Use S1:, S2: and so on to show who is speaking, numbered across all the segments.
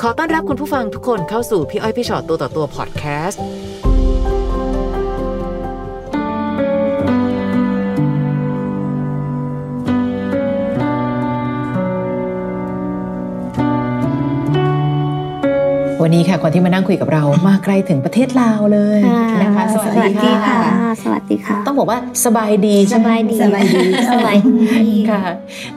S1: ขอต้อนรับคุณผู้ฟังทุกคนเข้าสู่พี่อ้อยพี่ชอตตัวต่อตัวพอดแคสต์วันนี้ค่ะคนที่มานั่งคุยกับ เรา มาไกลถึงประเทศลาวเลยนะคะสวัสดีค่ะ
S2: สวัสดีค่ะ
S1: ต้องบอกว่าสบายดี
S2: ส
S1: ใช่ไหม
S2: บายดี สบายดี สบายดี
S1: ค่ะ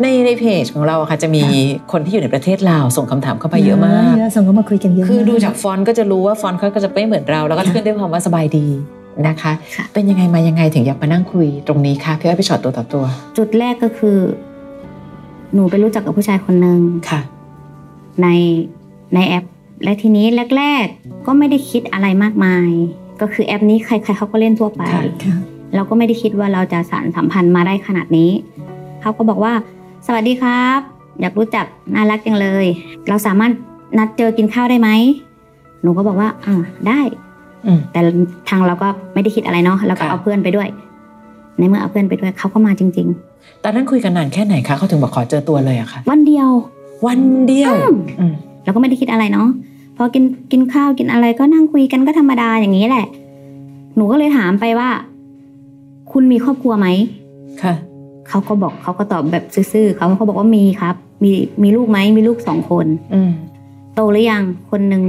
S1: ในในเพจของเราอะค่ะจะมีคนที่อยู่ในประเทศลาวส่งคำถามเข้ามาเยอะมาก
S3: เยอะส่งก็มาคุยกันเยอะ
S1: คือดูจากฟอนต์ก็จะรู้ว่าฟอนต์เขาก็จะไม่เหมือนเรา แล้วก็ขึ้นด้วยคำว่าสบายดีนะคะ
S2: ค่ะ
S1: เป็นยังไงมายังไงถึงอยากมานั่งคุยตรงนี้คะพี่อ้อยพี่ชอตตัวต่อตัว
S2: จุดแรกก็คือ หนูไปรู้จักกับผู้ชายคนหนึ่ง
S1: ค่ะ
S2: ในในแอป และทีนี้แรก ๆ ก็ไม่ได้คิดอะไรมากมาย ก็คือแอปนี้ใคร ๆเขาก็เล่นทั่วไป
S1: ค่ะ
S3: ค่ะ
S2: เราก็ไม่ได้คิดว่าเราจะสานสัมพันธ์มาได้ขนาดนี้ เขาก็บอกว่า สวัสดีครับ อยากรู้จักน่ารักจังเลย เราสามารถนัดเจอกินข้าวได้ไหม หนูก็บอกว่าอ่าได้
S1: อืม
S2: แต่ทางเราก็ไม่ได้คิดอะไรเนาะเราก็
S1: ค่ะ
S2: เอาเพื่อนไปด้วย ในเมื่อเอาเพื่อนไปด้วยเขาก็มาจริง
S1: ตอนนั้นคุยกันนานแค่ไหนคะเขาถึงบอกขอเจอตัวเลยอะค่ะ
S2: ๆ วันเดียว
S1: วันเดียว
S2: อืม
S1: อืม
S2: เราก็ไม่ได้คิดอะไรเนาะพอกินกินข้าวกินอะไรก็นั่งคุยกันก็ธรรมดาอย่างนี้แหละ หนูก็เลยถามไปว่า คุณมีครอบครัวไหม
S1: ค่ะ
S2: เขาก็บอกเขาก็ตอบแบบซื่อๆเขาก็บอกว่ามีครับ มีมีลูกไหมมีลูกสองคน
S1: อืม
S2: โตหรือยังคนหนึ่ง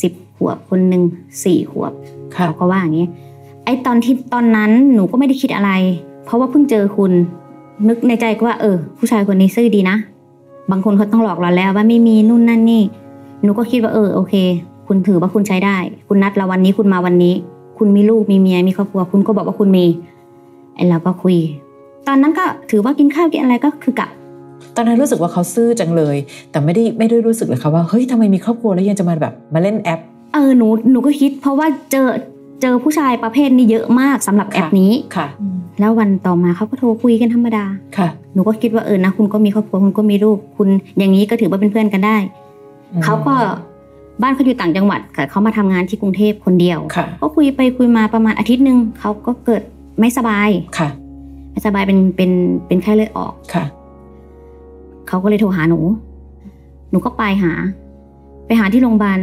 S2: สิบขวบคนหนึ่งสี่ขวบ
S1: ค่ะ
S2: เขาก็ว่าอย่างนี้ ไอ้ตอนที่ตอนนั้นหนูก็ไม่ได้คิดอะไร เพราะว่าเพิ่งเจอคุณ นึกในใจก็ว่า เออ ผู้ชายคนนี้ซื่อดีนะ บางคนเขาต้องหลอกเราแล้วว่าไม่มีนู่นนั่นนี่ หนูก็คิดว่าเออโอเค คุณถือว่าคุณใช้ได้ คุณนัดเราวันนี้คุณมาวันนี้ คุณมีลูกมีเมียมีครอบครัว คุณก็บอกว่าคุณมีไอ้เราก็คุย ตอนนั้นก็ถือว่ากินข้าวกินอะไรก็คือกะ
S1: ตอนนั้นรู้สึกว่าเขาซื่อจังเลย แต่ไม่ได้ไม่ได้รู้สึกเลยค่ะว่าเฮ้ยทำไมมีครอบครัวแล้วยังจะมาแบบมาเล่นแอป
S2: เออหนูหนูก็คิด เพราะว่าเจอเจอผู้ชายประเภทนี้เยอะมากสำหรับแอปนี้
S1: ค่ะ
S2: แล้ววันต่อมาเขาก็โทรคุยกันธรรมดา
S1: ค่ะ
S2: หนูก็คิดว่าเออนะคุณก็มีครอบครัวคุณก็มีลูกคุณอย่างนี้ก็ถือว่าเป็นเพื่อนกันได้ เขาก็บ้านเขาอยู่ต่างจังหวัดค่ะเขามาทำงานที่กรุงเทพคนเดียว
S1: ค่ะ
S2: ก็คุยไปคุยมาประมาณอาทิตย์หนึ่งเขาก็เกิดไม่สบาย
S1: ค่ะ
S2: ไม่สบายเป็นเป็นเป็นไข้เลือดออก
S1: ค่ะ
S2: เขาก็เลยโทรหาหนู หนูก็ไปหา ไปหาที่โรงพยาบาล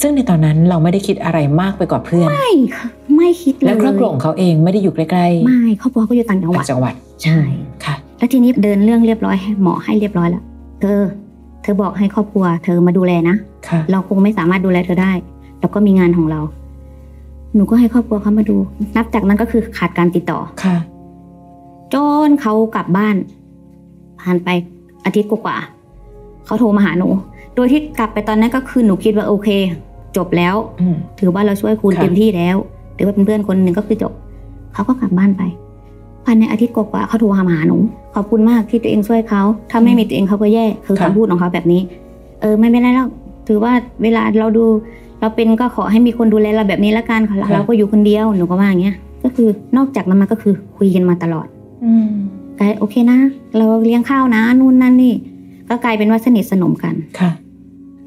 S1: ซึ่งในตอนนั้นเราไม่ได้คิดอะไรมากไปกว่าเพื่อน
S2: ไม่ค่ะไม่คิดเลย
S1: และครอบครัวของเขาเองไม่ได้อยู่ใกล้ๆ
S2: ไม่ครอบครัวเขาอยู่ต่างจังหวัด
S1: ต่างจังหวัด
S2: ใช่
S1: ค่ะ
S2: แล้วทีนี้เดินเรื่องเรียบร้อยให้หมอให้เรียบร้อยแล้วเธอ เธอบอกให้ครอบครัว เธอมาดูแลนะ
S1: ค่ะ
S2: เราคงไม่สามารถดูแลเธอได้เราก็มีงานของเรา หนูก็ให้ครอบครัวเขามาดู นับจากนั้นก็คือขาดการติดต่อ
S1: ค่ะ
S2: จนเขากลับบ้าน ผ่านไปอาทิตย์กว่าๆเขาโทรมาหาหนู โดยที่กลับไปตอนนั้นก็คือหนูคิดว่าโอเค จบแล้ว
S1: อืม
S2: ถือว่าเราช่วยคุณ
S1: ค่ะ
S2: เต็มที่แล้ว ถือว่าเป็นเพื่อนคนหนึ่งก็คือจบ เขาก็กลับบ้านไปภายในอาทิตย์กว่าๆเขาโทรหาหาหนู ขอบคุณมากที่ตัวเองช่วยเขา ถ้าไม่มีตัวเองเขาก็แย่ คือคำพูดของเขาแบบนี้ เออไม่เป็นไรหรอกถือว่าเวลาเราดู เราเป็นก็ขอให้มีคนดูแลเราแบบนี้ละกันค่ะ
S1: ค่ะ
S2: เราก็อยู่คนเดียว หนูก็ว่าอย่างเงี้ย ก็คือนอกจากนั้นมาก็คือคุยกันมาตลอด
S1: อืม
S2: กลายโอเคนะ เราเลี้ยงข้าวนะนู่นนั่นนี่ ก็กลายเป็นว่าสนิทสนมกัน
S1: ค่ะ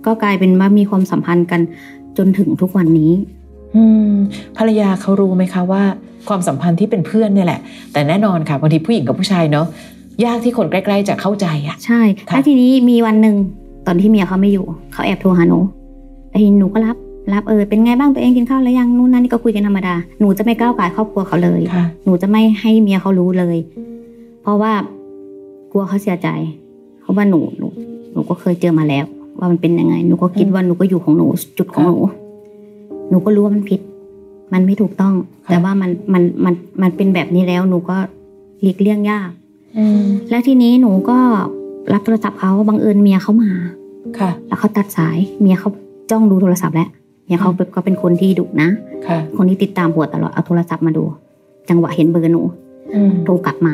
S2: ก็กลายเป็นว่ามีความสัมพันธ์กันจนถึงทุกวันนี้
S1: อืม ภรรยาเขารู้ไหมคะว่า ความสัมพันธ์ที่เป็นเพื่อนเนี่ยแหละ แต่แน่นอนค่ะบางทีผู้หญิงกับผู้ชายเนาะ ยากที่คนใกล้ๆจะเข้าใจอะ
S2: ใช่
S1: ค่ะ
S2: แล้วทีนี้มีวันหนึ่งตอนที่เมียเขาไม่อยู่ เขาแอบโทรหาหนูแล้วทีนี้หนูก็รับ รับเออ เป็นไงบ้างตัวเองกินข้าวแล้วยัง นู่นนั่นนี่ก็คุยกันธรรมดา หนูจะไม่ก้าวไก่ายครอบครัวเขาเลย
S1: ค่ะ
S2: หนูจะไม่ให้เมียเขารู้เลย เพราะว่ากลัวเขาเสียใจ เพราะว่าหนูหนูหนูก็เคยเจอมาแล้ว ว่ามันเป็นยังไง หนูก็คิดว่าหนูก็อยู่ของหนูจุดของหนู หนูก็รู้ว่ามันผิด มันไม่ถูกต้อง
S1: ค่ะ
S2: แต่ว่ามันมันมันมันเป็นแบบนี้แล้วหนูก็หลีกเลี่ยงยาก
S1: อืม
S2: แล้วทีนี้หนูก็รับโทรศัพท์เขาบังเอิญเมียเขามา
S1: ค่ะ
S2: แล้วเขาตัดสายเมียเขาจ้องดูโทรศัพท์แล้วเมียเขาเป็นเขาเป็นคนที่ดุนะ
S1: ค่ะ
S2: คนที่ติดตามหัวตลอดเอาโทรศัพท์มาดู จังหวะเห็นเบอร์หนู
S1: อืม
S2: โทรกลับมา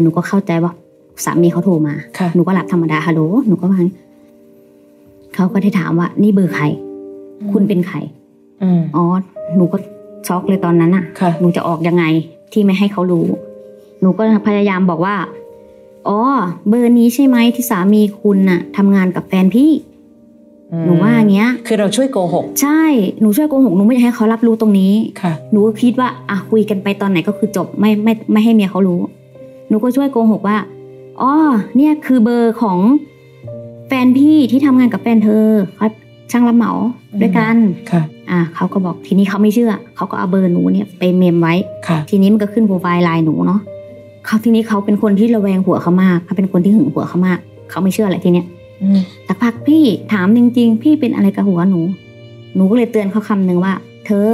S2: หนูก็เข้าใจว่าสามีเขาโทรมา
S1: ค่ะ
S2: หนูก็รับธรรมดาฮัลโหลหนูก็วางเขาก็ได้ถามว่า นี่เบอร์ใคร คุณเป็นใคร
S1: อืม
S2: อ๋อหนูก็ช็อกเลยตอนนั้นน่ะ
S1: ค่ะ
S2: หนูจะออกยังไงที่ไม่ให้เขารู้ หนูก็พยายามบอกว่า อ๋อ เบอร์นี้ใช่ไหมที่สามีคุณน่ะทำงานกับแฟนพี่ หนูว่าอย่างเงี้ย
S1: คือเราช่วยโกหก
S2: ใช่ หนูช่วยโกหกหนูไม่อยากให้เขารับรู้ตรงนี้
S1: ค่ะ
S2: หนูก็คิดว่าอ่ะคุยกันไปตอนไหนก็คือจบไม่ไม่ไม่ให้เมียเขารู้ หนูก็ช่วยโกหกว่าอ๋อเนี่ยคือเบอร์ของแฟนพี่ที่ทำงานกับแฟนเธอเขา ช่างรับเหมาด้วยกัน
S1: ค่ะ
S2: อ่าเขาก็บอกทีนี้เขาไม่เชื่อ เขาก็เอาเบอร์หนูเนี่ยไปเมมไว้
S1: ค่ะ
S2: ทีนี้มันก็ขึ้นโปรไฟล์ไลน์หนูเนาะเขาทีนี้เขาเป็นคนที่ระแวงหัวเขามากเขาเป็นคนที่หึงหัวเขามาก เขาไม่เชื่อแหละทีเนี้ย
S1: อืม
S2: แต่พักพี่ถามจริงๆ พี่เป็นอะไรกับหัวหนู หนูก็เลยเตือนเขาคำนึงว่า เธอ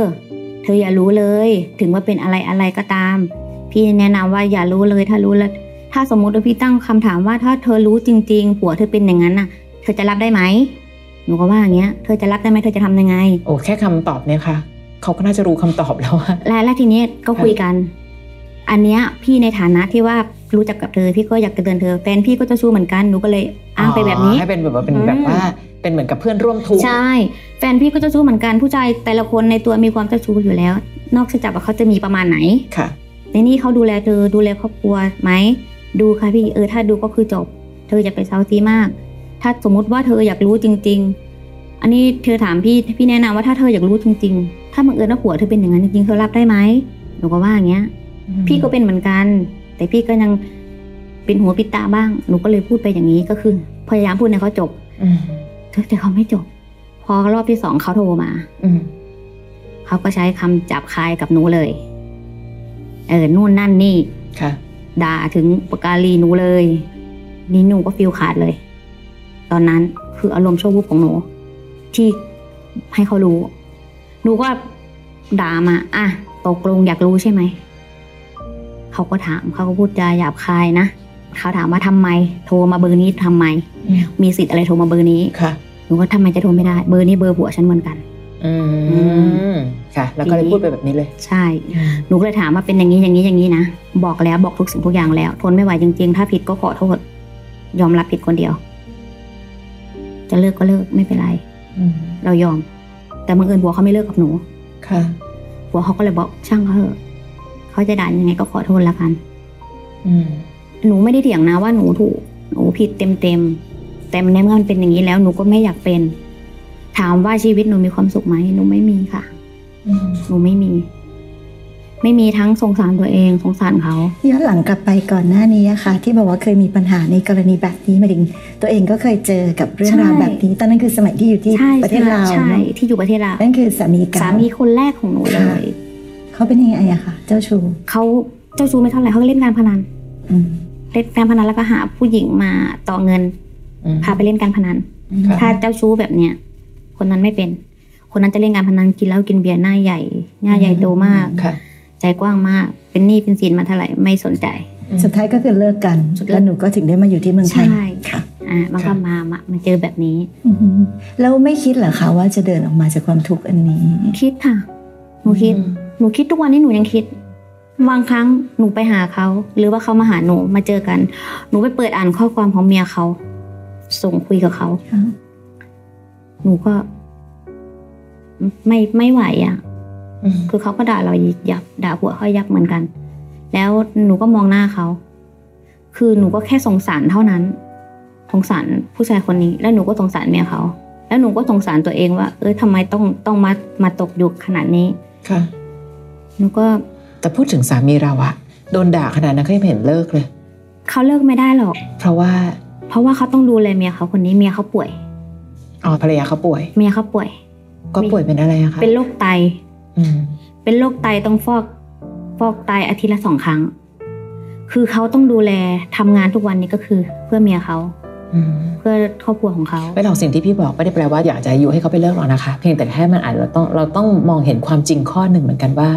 S2: เธออย่ารู้เลย ถึงว่าเป็นอะไรอะไรก็ตาม พี่แนะนำว่าอย่ารู้เลยถ้ารู้แล้วถ้าสมมุติว่าพี่ตั้งคำถามว่าถ้าเธอรู้จริงๆ หัวเธอเป็นอย่างนั้นน่ะ เธอจะรับได้ไหม หนูก็ว่าอย่างเงี้ย เธอจะรับได้ไหมเธอจะทำยังไง
S1: โอ้แค่คำตอบเนี่ยค่ะ เขาก็น่าจะรู้คำตอบแล้วว่า
S2: แล้วแล้วทีเนี้ยก็คุยกัน อันเนี้ยพี่ในฐานะที่ว่ารู้จักกับเธอพี่ก็อยากจะเตือนเธอแฟนพี่ก็เจะชู้เหมือนกันหนูก็เลยอ้างไปแบบนี้
S1: ให้เป็นแบบว่าเป็น
S2: อืม
S1: แบบว่าเป็นเหมือนกับเพื่อนร่วมทุกข์
S2: ใช่ แฟนพี่ก็เจะชู้เหมือนกันผู้ชายแต่ละคนในตัวมีความเจ้าชู้อยู่แล้ว นอกจากว่าเขาจะมีประมาณไหน
S1: ค่ะ
S2: ในนี่เขาดูแลเธอดูแลครอบครัวไหมดูค่ะพี่เออถ้าดูก็คือจบ เธอจะไปเซาซีมาก ถ้าสมมุติว่าเธออยากรู้จริง ๆ อันนี้เธอถามพี่พี่แนะนำว่าถ้าเธออยากรู้จริง ๆ ถ้าบังเอิญว่าผัวเธอเป็นอย่างนั้นจริงๆเธอรับได้ไหมหนูก็ว่าอย่างเงี้ย พี่ก็เป็นเหมือนกัน แต่พี่ก็ยังเป็นหัวปิดตาบ้าง หนูก็เลยพูดไปอย่างนี้ก็คือ พยายามพูดให้เขาจบ
S1: อืม
S2: แต่เขาไม่จบ พอรอบที่สองเขาโทรมา
S1: อืม
S2: เขาก็ใช้คำจับคายกับหนูเลย เออนู่นนั่นนี่
S1: ค่ะ
S2: ด่าถึงปกาลีหนูเลย นี่หนูก็ฟิลขาดเลย ตอนนั้นคืออารมณ์ชั่ววูบของหนู ที่ให้เขารู้ หนูก็ด่ามา อ่ะตกลงอยากรู้ใช่ไหม เขาก็ถามเขาก็พูดจาหยาบคายนะ เขาถามว่าทำไม โทรมาเบอร์นี้ทำไม
S1: อืม
S2: มีสิทธิ์อะไรโทรมาเบอร์นี้
S1: ค่ะ
S2: หนูก็ทำไมจะโทรไม่ได้ เบอร์นี้เบอร์ผัวฉันเหมือนกัน
S1: อื
S2: อื
S1: มค่ะ แล้วก็เลย
S2: ทีนี้
S1: พูดไปแบบนี้เลย
S2: ใช่ หนูก็เลยถามว่าเป็นอย่างนี้อย่างนี้อย่างนี้นะ บอกแล้วบอกทุกสิ่งทุกอย่างแล้ว ทนไม่ไหวจริงๆ ถ้าผิดก็ขอโทษ ยอมรับผิดคนเดียว จะเลิกก็เลิกไม่เป็นไร
S1: อืม
S2: เรายอม แต่บังเอิญบัวเขาไม่เลิกกับหนู
S1: ค่ะ
S2: บัวเขาก็เลยบอกช่างเขาเถอะเขาจะด่ายังไงก็ขอโทษแล้วกัน
S1: อืม
S2: หนูไม่ได้เถียงนะว่าหนูถูก หนูผิดเต็มเต็มๆแต่ในเมื่อมันเป็นอย่างนี้แล้วหนูก็ไม่อยากเป็น ถามว่าชีวิตหนูมีความสุขไหมหนูไม่มีค่ะ
S1: อืม
S2: หนูไม่มี ไม่มีทั้งสงสารตัวเองสงสารเขา
S3: ย้อนหลังกลับไปก่อนหน้านี้อะค่ะ ที่บอกว่าเคยมีปัญหาในกรณีแบบนี้หมายถึงตัวเองก็เคยเจอกับเรื่องราว
S2: ใช่
S3: แบบนี้ตอนนั้นคือสมัยที่อยู่ที่
S2: ใช่
S3: ประเทศลาว
S2: ใช่
S3: เนอะ
S2: ที่อยู่ประเทศลาว
S3: นั่นคือสามีเก่า
S2: สามีคนแรกของหนูเล
S3: ค่ะ
S2: ย
S3: เขาเป็นยังไงอะค่ะ เจ้าชู้
S2: เขาเจ้าชู้ไม่เท่าไหร่เขาก็เล่นการพนัน
S3: อืม
S2: เล่นการพนันแล้วก็หาผู้หญิงมาต่อเงิน
S1: อืม
S2: พาไปเล่นการพนัน
S1: ค่ะ
S2: ถ้าเจ้าชู้แบบเนี้ยคนนั้นไม่เป็น คนนั้นจะเล่นการพนันกินเหล้ากินเบียร์หน้าใหญ่หน้าใหญ่โตมาก
S1: ค่ะ
S2: ใจกว้างมาก เป็นหนี้เป็นสินมาเท่าไหร่ไม่สนใจ
S3: สุดท้ายก็คือเลิกกัน
S2: สุดเลิก
S3: แล้วหนูก็ถึงได้มาอยู่ที่เมืองไทย
S2: ใช่
S3: ค่ะ
S2: อ่ะมันก็มามามาเจอแบบนี้
S3: อืมแล้วไม่คิดเหรอคะว่าจะเดินออกมาจากความทุกข์อันนี้
S2: คิดค่ะ หนูคิด
S1: อืม
S2: หนูคิดทุกวันนี้หนูยังคิด บางครั้งหนูไปหาเขา หรือว่าเขามาหาหนูมาเจอกัน หนูไปเปิดอ่านข้อความของเมียเขา ส่งคุยกับเขา
S3: ค่ะ
S2: หนูก็ไม่ไม่ไหวอะ่ะ
S1: อืม
S2: คือเขาก็ด่าเรายับด่าหัวเขายับเหมือนกัน แล้วหนูก็มองหน้าเขา คือหนูก็แค่สงสารเท่านั้น สงสารผู้ชายคนนี้ แล้วหนูก็สงสารเมียเขา แล้วหนูก็สงสารตัวเองว่า เออทำไมต้องต้องมามาตกอยู่ขนาดนี้
S1: ค่ะ
S2: หนูก็
S1: แต่พูดถึงสามีเราอะโดนด่าขนาดนั้นก็ยังไม่เห็นเลิกเลย
S2: เขาเลิกไม่ได้หรอก
S1: เพราะว่า
S2: เพราะว่าเขาต้องดูแลเมียเขาคนนี้เมียเขาป่วย
S1: อ๋อภรรยาเขาป่วย
S2: เมียเขาป่วย
S1: ก็ป่วยเป็นอะไรอะคะ
S2: เป็นโรคไต
S1: อืม
S2: เป็นโรคไตต้องฟอกฟอกไตอาทิตย์ละสองครั้ง คือเขาต้องดูแลทำงานทุกวันนี้ก็คือ เพื่อเมียเขา
S1: อืม
S2: เพื่อครอบครัวของเขา
S1: ไม่หรอกสิ่งที่พี่บอกไม่ได้แปลว่าอยากจะอายุให้เขาไปเลิกหรอกนะคะ เพียงแต่แค่มันอาจจะต้องเราต้องมองเห็นความจริงข้อหนึ่งเหมือนกันว่า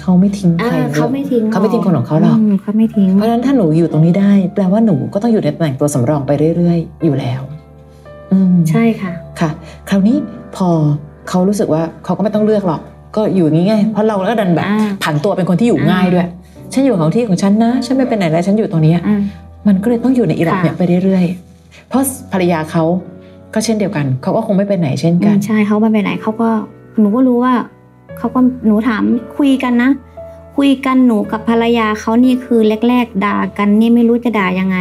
S1: เขาไม่ทิ้ง
S2: เอ
S1: ใคร
S2: อเขาไม่ทิ้ง
S1: เขาไม่ทิ้งคนของเขาหรอก
S2: มเขาไม่ทิ้ง
S1: เพราะฉะนั้นถ้าหนูอยู่ตรงนี้ได้ แปลว่าหนูก็ต้องอยู่ในตำแหน่งตัวสำรองไปเรื่อย ๆ อยู่แล้ว อืม
S2: ใช่ค่ะ
S1: ค่ะ คราวนี้พอเขารู้สึกว่าเขาก็ไม่ต้องเลือกหรอก ก็อยู่อย่างนี้ไงเพราะเราก็ดันแบบ
S2: อ่า
S1: ผันตัวเป็นคนที่อยู่ง่ายด้วย ฉันอยู่ของที่ของฉันนะฉันไม่เป็นไหนแล้วฉันอยู่ตรงเนี้ย
S2: อ่า
S1: มันก็เลยต้องอยู่ในอิหร่าน
S2: ค่ะ
S1: เนี่ยไปเรื่อยๆ เพราะภรรยาเขาก็เช่นเดียวกัน เขาก็คงไม่ไปไหนเช่น
S2: อื
S1: กั
S2: ม
S1: น
S2: ใช่เขาไม่ไปไหนเขาก็หนูก็รู้ว่าเขาก็หนูถามคุยกันนะ คุยกันหนูกับภรรยาเขานี่คือแรก ๆ ด่ากันนี่ไม่รู้จะด่ายังไง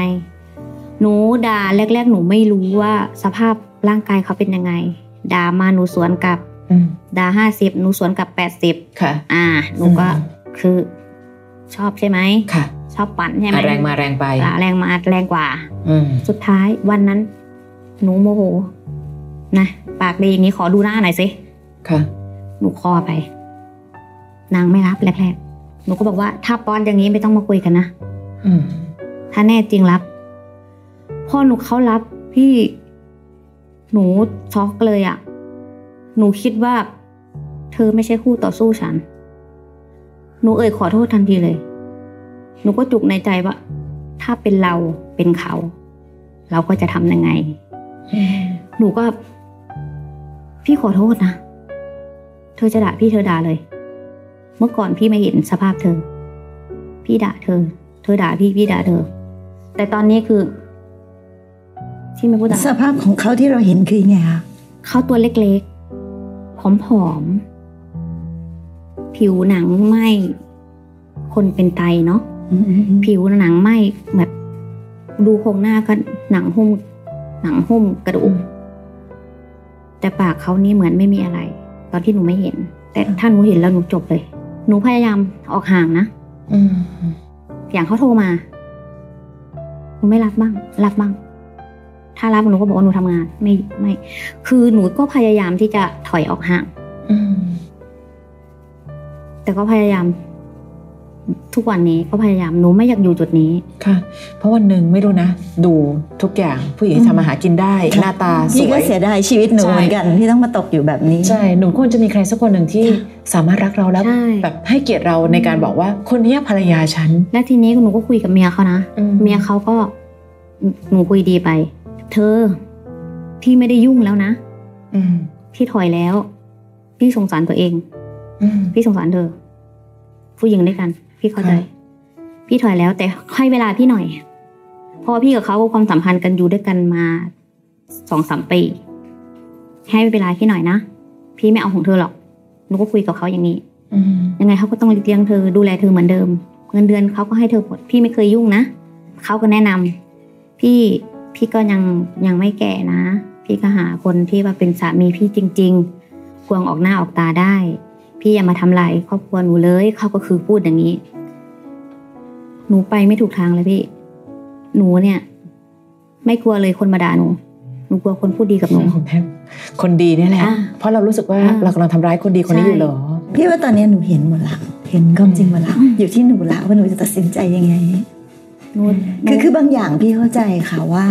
S2: หนูด่าแรก ๆ หนูไม่รู้ว่าสภาพร่างกายเขาเป็นยังไงด่ามาหนูสวนกลับ
S1: อืม
S2: ด่าห้าสิบหนูสวนกลับแปดสิบ
S1: ค่ะ
S2: อ่า หนูก็คือชอบใช่ไหม
S1: ค่ะ
S2: ชอบปั่นใช่ไหม
S1: อ่ะแรงมาแรงไป
S2: อ่าแรงมาแรงกว่า
S1: อืม
S2: สุดท้ายวันนั้น หนูโมโหนะไป ปากดีอย่างนี้ขอดูหน้าหน่อยสิ
S1: ค่ะ
S2: หนูคอไป นางไม่รับแรกๆ หนูก็บอกว่าถ้าป้อนอย่างนี้ไม่ต้องมาคุยกันนะ
S1: อืม
S2: ถ้าแน่จริงรับ พอหนูเขารับพี่ หนูช็อกเลยอะ่ะ หนูคิดว่า เธอไม่ใช่คู่ต่อสู้ฉัน หนูเอ่ยขอโทษทันทีเลย หนูก็จุกในใจว่า ถ้าเป็นเราเป็นเขา เราก็จะทำยังไง หนูก็ พี่ขอโทษนะ เธอจะด่าพี่เธอด่าเลย เมื่อก่อนพี่ไม่เห็นสภาพเธอ พี่ด่าเธอ เธอด่าพี่พี่ด่าเธอ แต่ตอนนี้คือ ที่ไม่พูดอะ
S3: สภาพของเขาที่เราเห็นคือยังไงคะ
S2: เขาตัวเล็กๆ ผอมๆ ผิวหนังไหมคนเป็นไตเนาะ
S3: อืมอืมอืม
S2: ผิวหนังไหมแบบดูโครงหน้าก็หนังหุ้ม หนังหุ้มกระดูก แต่ปากเขานี่เหมือนไม่มีอะไร ตอนที่หนูไม่เห็น แต่ถ้าหนูเห็นแล้วหนูจบเลย หนูพยายามออกห่างนะ
S1: อืม
S2: อย่างเขาโทรมา หนูไม่รับบ้าง รับบ้าง ถ้ารับหนูก็บอกว่าหนูทำงาน ไม่ไม่ คือหนูก็พยายามที่จะถอยออกห่าง
S1: อืม
S2: แต่ก็พยายาม ทุกวันนี้ก็พยายามหนูไม่อยากอยู่จุดนี้
S1: ค่ะ เพราะวันหนึ่งไม่รู้นะ ดูทุกอย่างผู้หญิงที่ทำอาหารกินได้ หน้าตาส
S3: พี่
S1: ว
S3: ก็
S1: ย
S3: เสียดายชีวิตหนู
S1: ใช่
S3: เหมือนกันที่ต้องมาตกอยู่แบบนี้
S1: ใช่ หนูควรจะมีใครสักคนหนึ่งที่สามารถรักเราแล้ว
S2: ใช่
S1: แบบให้เกียรติเราในการบอกว่าคนเนี้ยภรรยาฉัน
S2: และทีนี้หนูก็คุยกับเมียเขานะ เมียเขาก็หนูคุยดีไป เธอ พี่ไม่ได้ยุ่งแล้วนะ
S1: อืม
S2: พี่ถอยแล้ว พี่สงสารตัวเอง
S1: อืม
S2: พี่สงสารเธอ ผู้หญิงด้วยกัน พี่เข้าใจ
S1: ค่ะ
S2: พี่ถอยแล้วแต่ให้เวลาพี่หน่อย เพราะว่าพี่กับเขาก็ความสัมพันธ์กันอยู่ด้วยกันมาสองสามปี ให้เวลาพี่หน่อยนะ พี่ไม่เอาของเธอหรอก หนูก็คุยกับเขาอย่างนี้
S1: อืม
S2: ยังไงเขาก็ต้องเลี้ยงเธอดูแลเธอเหมือนเดิม เงินเดือนเขาก็ให้เธอหมดพี่ไม่เคยยุ่งนะเขาก็แนะนำพี่พี่ก็ยังยังไม่แก่นะ พี่ก็หาคนที่ว่าเป็นสามีพี่จริง ๆ ควงออกหน้าออกตาได้ พี่อย่ามาทำลายครอบครัวหนูเลยเขาก็คือพูดอย่างนี้ หนูไปไม่ถูกทางเลยพี่ หนูเนี่ย ไม่กลัวเลยคนมาด่าหนู หนูกลัวคนพูดดีกับหนู
S1: คนดีเนี่ยแหละ
S2: อ่า
S1: เพราะเรารู้สึกว่า
S2: อ่า
S1: เรากำลังทำร้ายคนดีคนนี้อยู่เหรอ
S3: พี่ว่าตอนนี้หนูเห็นหมดละเห็นความจริงหมดละ
S2: อืม
S3: อยู่ที่หนูละว่าหนูจะตัดสินใจยังไง
S2: หนูหนู
S3: คือคือบางอย่างพี่เข้าใจค่ะว่า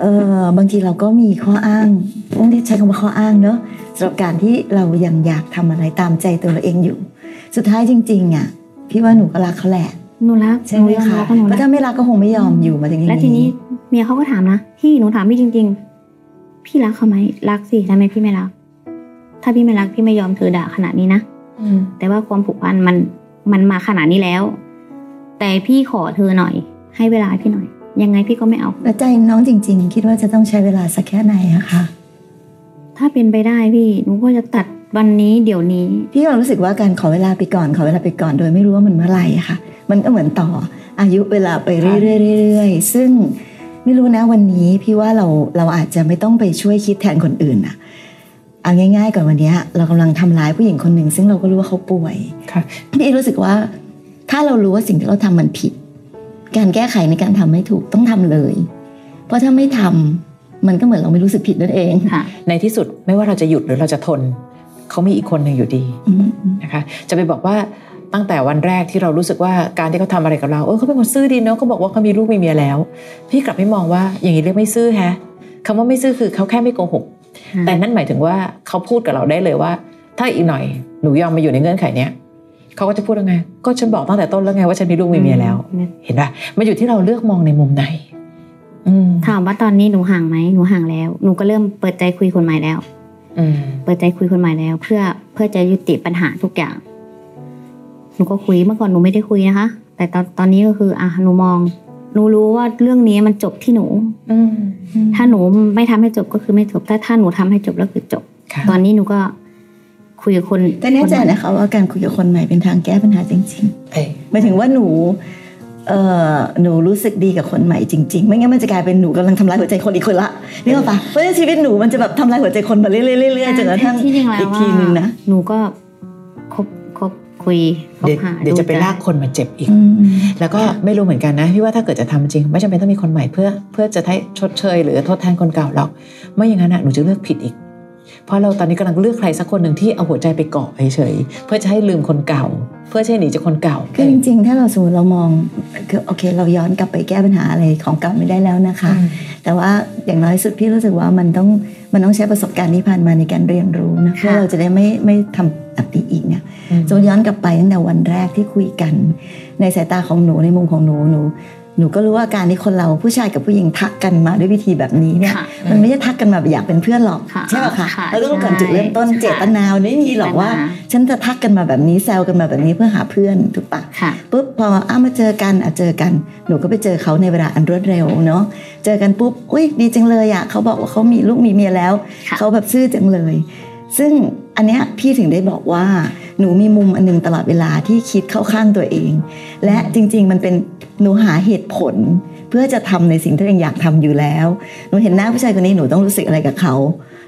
S3: เออบางทีเราก็มีข้ออ้างต้องใช้คำว่าข้ออ้างเนอะสำหรับการที่เรายังอยากทำอะไรตามใจตัวเราเองอยู่ สุดท้ายจริงๆอ่ะพี่ว่าหนูก็รักเขาแหละ
S2: หนูรัก
S3: ใช่ไหม
S2: นูยอ
S3: คะ
S2: รับว่าหนู
S3: เพ
S2: รัก
S3: ราะถ้าไม่รักก็คงไม่ยอมอยู่มาถึงอย่าง
S2: แล้วทีนี้เมียเขาก็ถามนะพี่หนูถามพี่จริง ๆ พี่รักเขาไหมรักสิทำไมพี่ไม่รัก ถ้าพี่ไม่รักพี่ไม่ยอมเธอด่าขนาดนี้นะ
S1: อืม
S2: แต่ว่าความผูกพันมันมันมาขนาดนี้แล้ว แต่พี่ขอเธอหน่อย ให้เวลาพี่หน่อย ยังไงพี่ก็ไม่เอา
S3: แล้วใจน้องจริง ๆ คิดว่าจะต้องใช้เวลาสักแค่ไหนอะคะ
S2: ถ้าเป็นไปได้พี่หนูก็จะตัดวันนี้เดี๋ยวนี้
S3: พี่ก็รู้สึกว่าการขอเวลาไปก่อนขอเวลาไปก่อนโดยไม่รู้ว่ามันเมื่อไหร่อะค่ะ มันก็เหมือนต่ออายุเวลาไปเรื่อยๆเรื่อยๆซึ่งไม่รู้นะวันนี้พี่ว่าเราเราอาจจะไม่ต้องไปช่วยคิดแทนคนอื่นอะเอาง่าย ๆ ก่อนวันเนี้ยเรากำลังทำร้ายผู้หญิงคนหนึ่งซึ่งเราก็รู้ว่าเขาป่วย
S1: ค่ะ
S3: พี่รู้สึกว่าถ้าเรารู้ว่าสิ่งที่เราทำมันผิด การแก้ไขในการทำไม่ถูกต้องทำเลย เพราะถ้าไม่ทำมันก็เหมือนเราไม่รู้สึกผิดนั่นเอง
S2: ค่ะ
S1: ในที่สุดไม่ว่าเราจะหยุดหรือเราจะทน เขามีอีกคนหนึ่งอยู่ดี
S3: อืม
S1: นะคะจะไปบอกว่าตั้งแต่วันแรกที่เรารู้สึกว่าการที่เขาทำอะไรกับเราเออเขาเป็นคนซื่อดีเนาะเขาบอกว่าเขามีลูกมีเมียแล้ว พี่กลับไม่มองว่าอย่างนี้เรียกไม่ซื่อแฮะคำว่าไม่ซื่อคือเขาแค่ไม่โกหก
S2: ค่ะ
S1: แต่นั่นหมายถึงว่าเขาพูดกับเราได้เลยว่า ถ้าอีกหน่อยหนูยอมมาอยู่ในเงื่อนไขเนี้ยเขาก็จะพูดว่าไง ก็ฉันบอกตั้งแต่ต้นแล้วไงว่าฉันมีลูกมีเมียแล้ว
S2: เนี่ย
S1: เห็นป่ะมันอยู่ที่เราเลือกมองในมุมไหน อืม
S2: ถามว่าตอนนี้หนูห่างไหมหนูห่างแล้ว หนูก็เริ่มเปิดใจคุยคนใหม่แล้ว
S1: อืม
S2: เปิดใจคุยคนใหม่แล้ว เพื่อเพื่อจะยุติปัญหาทุกอย่าง หนูก็คุยเมื่อก่อนหนูไม่ได้คุยนะคะ แต่ตอนตอนนี้ก็คืออ่ะหนูมอง หนูรู้ว่าเรื่องนี้มันจบที่หนู
S1: อืม
S2: ถ้าหนูไม่ทำให้จบก็คือไม่จบถ้าถ้าหนูทำให้จบแล้วคือจบ
S1: ค่ะ
S2: ตอนนี้หนูก็คุยกับคน
S3: แต่แน่ใจนะคะว่าการคุยกับคนใหม่เป็นทางแก้ปัญหาจริง
S1: เอ้ย
S3: ๆหมายถึงว่าหนูเอ่อหนูรู้สึกดีกับคนใหม่จริงๆ ไม่งั้นมันจะกลายเป็นหนูกำลังทำร้ายหัวใจคนอีกคนละนี่หรอกปะเพราะฉะนั้นชีวิตหนูมันจะแบบทำร้ายหัวใจคนมาเรื่อยๆเรื่อยๆจนกระทั่ง
S2: ที่จริงแล้ว
S3: อีกทีนึงนะ
S2: หนูก็คบคบคุยคบ
S1: เดี๋ยว
S2: หา
S1: เดี๋ยวจะไป
S2: ดูใจ
S1: ลากคนมาเจ็บอีก
S3: อืม
S1: แล้วก็ไม่รู้เหมือนกันนะพี่ว่าถ้าเกิดจะทำจริง ไม่จำเป็นต้องมีคนใหม่เพื่อเพื่อจะให้ชดเชยหรือทดแทนคนเก่าหรอกไม่อย่างนั้นอะหนูจะเลือกผิดอีก เพราะเราตอนนี้กำลังเลือกใครสักคนหนึ่งที่เอาหัวใจไปเกาะเฉยๆเพื่อจะให้ลืมคนเก่า เพื่อจะให้หนีจากคนเก่า
S3: คือจริงๆ ถ้าเราสมมติเรามองคือโอเค เราย้อนกลับไปแก้ปัญหาอะไรของเก่าไม่ได้แล้วนะคะ แต่ว่าอย่างน้อยสุดพี่รู้สึกว่ามันต้องมันต้องใช้ประสบการณ์ที่ผ่านมาในการเรียนรู้นะ
S2: ค่ะ
S3: เพื่อเราจะได้ไม่ไม่ทำแบบนี้อีกเนี่ยสมมติย้อนกลับไปตั้งแต่วันแรกที่คุยกัน ในสายตาของหนูในมุมของหนูหนู หนูก็รู้ว่าการที่คนเราผู้ชายกับผู้หญิงทักกันมาด้วยวิธีแบบนี้เนี่ย
S2: ค่ะ
S3: มันไม่ได้ทักกันมาแบบอยากเป็นเพื่อนหรอก
S2: ค่ะ
S3: ใช่ป่ะคะ
S2: ค่ะ
S3: เราต้องรู้ก่อนจุดเริ่มต้น
S2: ใช่
S3: เจตนามันไม่มีหรอก
S2: เจตนา
S3: ว่า ฉันจะทักกันมาแบบนี้แซวกันมาแบบนี้เพื่อหาเพื่อนถูกปะ
S2: ค่ะ
S3: ปุ๊บพออ้ามาเจอกันอ่ะเจอกัน หนูก็ไปเจอเขาในเวลาอันรวดเร็วเนาะเจอกันปุ๊บอุ้ยดีจังเลยอ่ะเขาบอกว่าเขามีลูกมีเมียแล้ว
S2: ค่ะ
S3: เขาแบบซื่อจังเลย ซึ่งอันเนี้ยพี่ถึงได้บอกว่าหนูมีมุมอันหนึงตลอดเวลาที่คิดเข้าข้างตัวเอง และจริง ๆ มันเป็นหนูหาเหตุผล เพื่อจะทำในสิ่งที่ตัวเองอยากทำอยู่แล้วหนูเห็นหน้าผู้ชายคนนี้หนูต้องรู้สึกอะไรกับเขา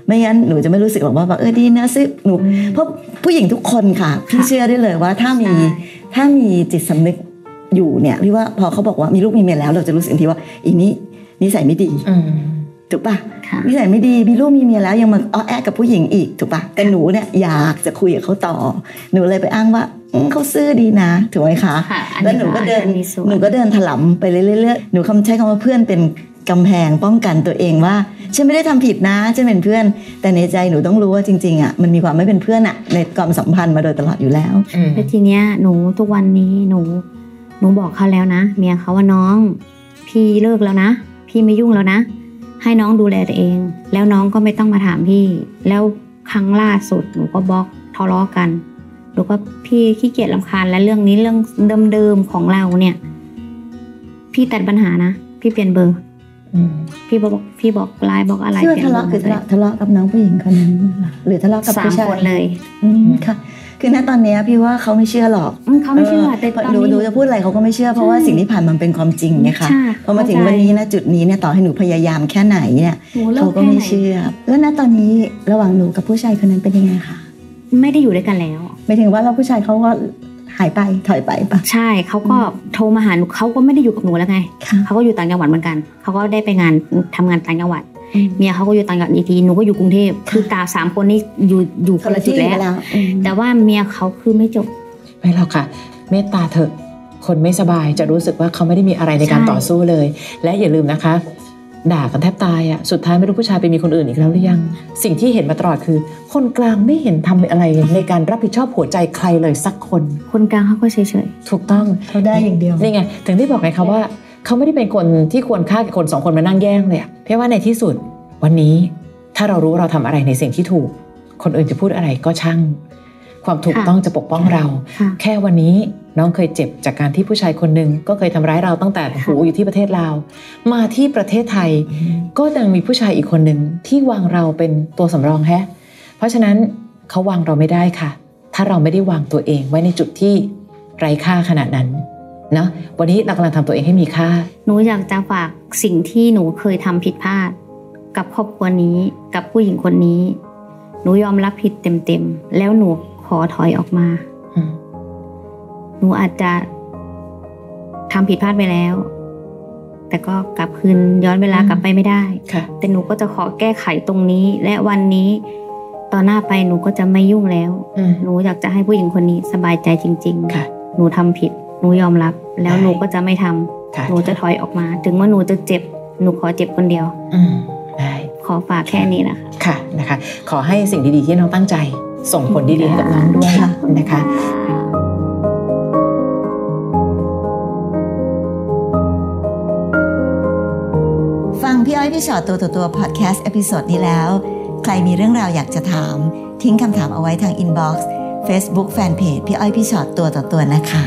S3: ไม่งั้นหนูจะไม่รู้สึกหรอกว่าแบบเออดีนะซื้อหนู เพราะผู้หญิงทุกคนค่ะพี่เชื่อได้เลยว่าถ้ามี
S2: ใช่
S3: ถ้ามีจิตสำนึกอยู่เนี่ยพี่ว่าพอเขาบอกว่ามีลูกมีเมียแล้ว เราจะรู้สึกทันทีว่าอีนี้นิสัยไม่ดีถูกปะ
S2: ค่ะ
S3: นิสัยไม่ดีมีลูกมีเมียแล้วยังมาอ้อแอะกับผู้หญิงอีกถูกปะแต่หนูเนี่ยอยากจะคุยกับเขาต่อ หนูเลยไปอ้างว่าอืมเขาซื่อดีนะถูกไหมคะ
S2: ค่ะอันนี้
S3: แล้วหนูก็เดิน
S2: อันนี้ส่วน
S3: หนูก็เดินถลำไปเรื่อยๆหนูคำใช้คำว่าเพื่อนเป็นกำแพงป้องกันตัวเองว่าฉันไม่ได้ทำผิดนะฉันเป็นเพื่อน แต่ในใจหนูต้องรู้ว่าจริงๆอ่ะมันมีความไม่เป็นเพื่อนอ่ะในความสัมพันธ์มาโดยตลอดอยู่แล้ว
S2: แล้วทีเนี้ยหนูทุกวันนี้หนูหนูบอกเขาแล้วนะ เมียเขาว่าน้อง พี่เลิกแล้วนะ พี่ไม่ยุ่งแล้วนะ ให้น้องดูแลตัวเอง แล้วน้องก็ไม่ต้องมาถามพี่ แล้วครั้งล่าสุดหนูก็บล็อกทะเลาะกันหนูก็พี่ขี้เกียจลำคาญและเรื่องนี้เรื่องเดิมๆของเราเนี่ย พี่ตัดปัญหานะพี่เปลี่ยนเบอร์ พี่บอกพี่บอกไลน์บอกอะไร
S3: ที่ว่า
S2: ปลี่ยนบ
S3: ทะเลาะ
S2: ร์
S3: คือทะเลาะทะเลาะกับน้องผู้หญิงคนนั้นเหรอหรือทะเลาะกับ
S2: สาม
S3: ผู้ชาย
S2: คนเลย
S3: อืมค่ะ คือณตอนเนี้ยพี่ว่าเขาไม่เชื่อหรอก
S2: อืมเขาไม่เชื่อแต่ตอน
S3: หนู
S2: นี้
S3: หนูจะพูดอะไรเขาก็ไม่เชื่อเพราะว่า
S2: ใช่
S3: สิ่งที่ผ่านมันเป็นความจริงไงคะ
S2: ใช่
S3: พอมาถึงวันนี้นะจุดนี้เนี่ยต่อให้หนูพยายามแค่ไหนเนี่ย
S2: หนูลิ
S3: เขาก็
S2: แค่
S3: ไม่
S2: หน
S3: เชื่อ แล้วณตอนนี้ระหว่างหนูกับผู้ชายคนนั้นเป็นยังไงคะ
S2: ไม่ได้อยู่ด้วยกันแล้ว
S3: หมายถึงว่าเราผู้ชายเขาก็หายไปถอยไปปะ
S2: ใช่เขาก็โทรมาหาหนูเขาก็ไม่ได้อยู่กับหนูแล้วไง
S3: ค่ะ
S2: เขาก็อยู่ต่างจังหวัดเหมือนกันเขาก็ได้ไปงานทำงานต่างจังหวัด
S1: อืม
S2: เมียเขาก็อยู่ต่างจังหวัดอีกทีหนูก็อยู่กรุงเทพคือตาสามคนนี้อยู่อยู่ค
S3: คน
S2: น
S3: ละ
S2: ละ
S3: ที่
S2: จุด
S3: ไป
S2: แล้ว
S3: แล้วอืม
S2: แต่ว่าเมียเขาคือไม่จบ
S1: ไม่หรอกค่ะ เมตตาเถอะ คนไม่สบายจะรู้สึกว่าเขาไม่ได้มีอะไรในการ
S2: ใช่
S1: ต่อสู้เลย และอย่าลืมนะคะ ด่ากันแทบตายอะสุดท้ายไม่รู้ผู้ชายไปมีคนอื่นอีกแล้วหรือยัง สิ่งที่เห็นมาตลอดคือ คนกลางไม่เห็นทำอะไรในการรับผิดชอบหัวใจใครเลยสักคน
S2: คนกลางเขาก็เฉย
S1: ถูกต้อง
S3: เขาได้อย่างเดียว
S1: นี่ไง ถึงได้บอกไงคะว่า เขาไม่ได้เป็นคนที่ควรค่ากับคนสองคนมานั่งแย่งเลยอะเพียงว่าในที่สุดวันนี้ถ้าเรารู้ว่าเราทำอะไรในสิ่งที่ถูก คนอื่นจะพูดอะไรก็ช่าง ความถูกต้องจะปกป้องเรา
S2: ๆค่ะ
S1: แค่วันนี้น้องเคยเจ็บจากการที่ผู้ชายคนหนึ่งก็เคยทำร้ายเราตั้งแต่
S2: ค่ะ
S1: หูอยู่ที่ประเทศลาวมาที่ประเทศไทย ก็ยังมีผู้ชายอีกคนหนึ่งที่วางเราเป็นตัวสำรองแฮะ เพราะฉะนั้นเขาวางเราไม่ได้ค่ะ ถ้าเราไม่ได้วางตัวเองไว้ในจุดที่ไร้ค่าขนาดนั้นเนาะวันนี้เรากำลังทำตัวเองให้มีค่า
S2: หนูอยากจะฝากสิ่งที่หนูเคยทำผิดพลาด กับครอบครัวนี้กับผู้หญิงคนนี้ หนูยอมรับผิดเต็มๆแล้วหนูขอถอยออกมา
S1: อืม
S2: หนูอาจจะทำผิดพลาดไปแล้ว แต่ก็กลับคืนย้อนเวลากลับไปไม่ได้
S1: ค่ะ
S2: แต่หนูก็จะขอแก้ไขตรงนี้ และวันนี้ต่อหน้าไปหนูก็จะไม่ยุ่งแล้ว
S1: อืม
S2: หนูอยากจะให้ผู้หญิงคนนี้สบายใจจริงๆ
S1: ค่ะ
S2: หนูทำผิด หนูยอมรับ แล้ว
S1: ได้
S2: หนูก็จะไม่ท
S1: ค่ะ
S2: ำหนูจะถอยออกมา ถึงว่าหนูจะเจ็บ หนูขอเจ็บคนเดียว
S1: อืมได้
S2: ขอฝากแค่นี้นะคะ
S1: ค่ะนะคะ ขอให้สิ่งดีๆที่น้องตั้งใจ ส่งผลดีๆให้กับน้องด้วย
S3: ค่ะ
S1: นะคะ
S3: ฟังพี่อ้อยพี่ชอตตัวต่อตัวพอดแคสต์เอพิโซดนี้แล้ว ใครมีเรื่องราวอยากจะถาม ทิ้งคำถามเอาไว้ทางอินบ็อกซ์เฟซบุ๊กแฟนเพจพี่อ้อยพี่ชอตตัวต่อตัวนะคะ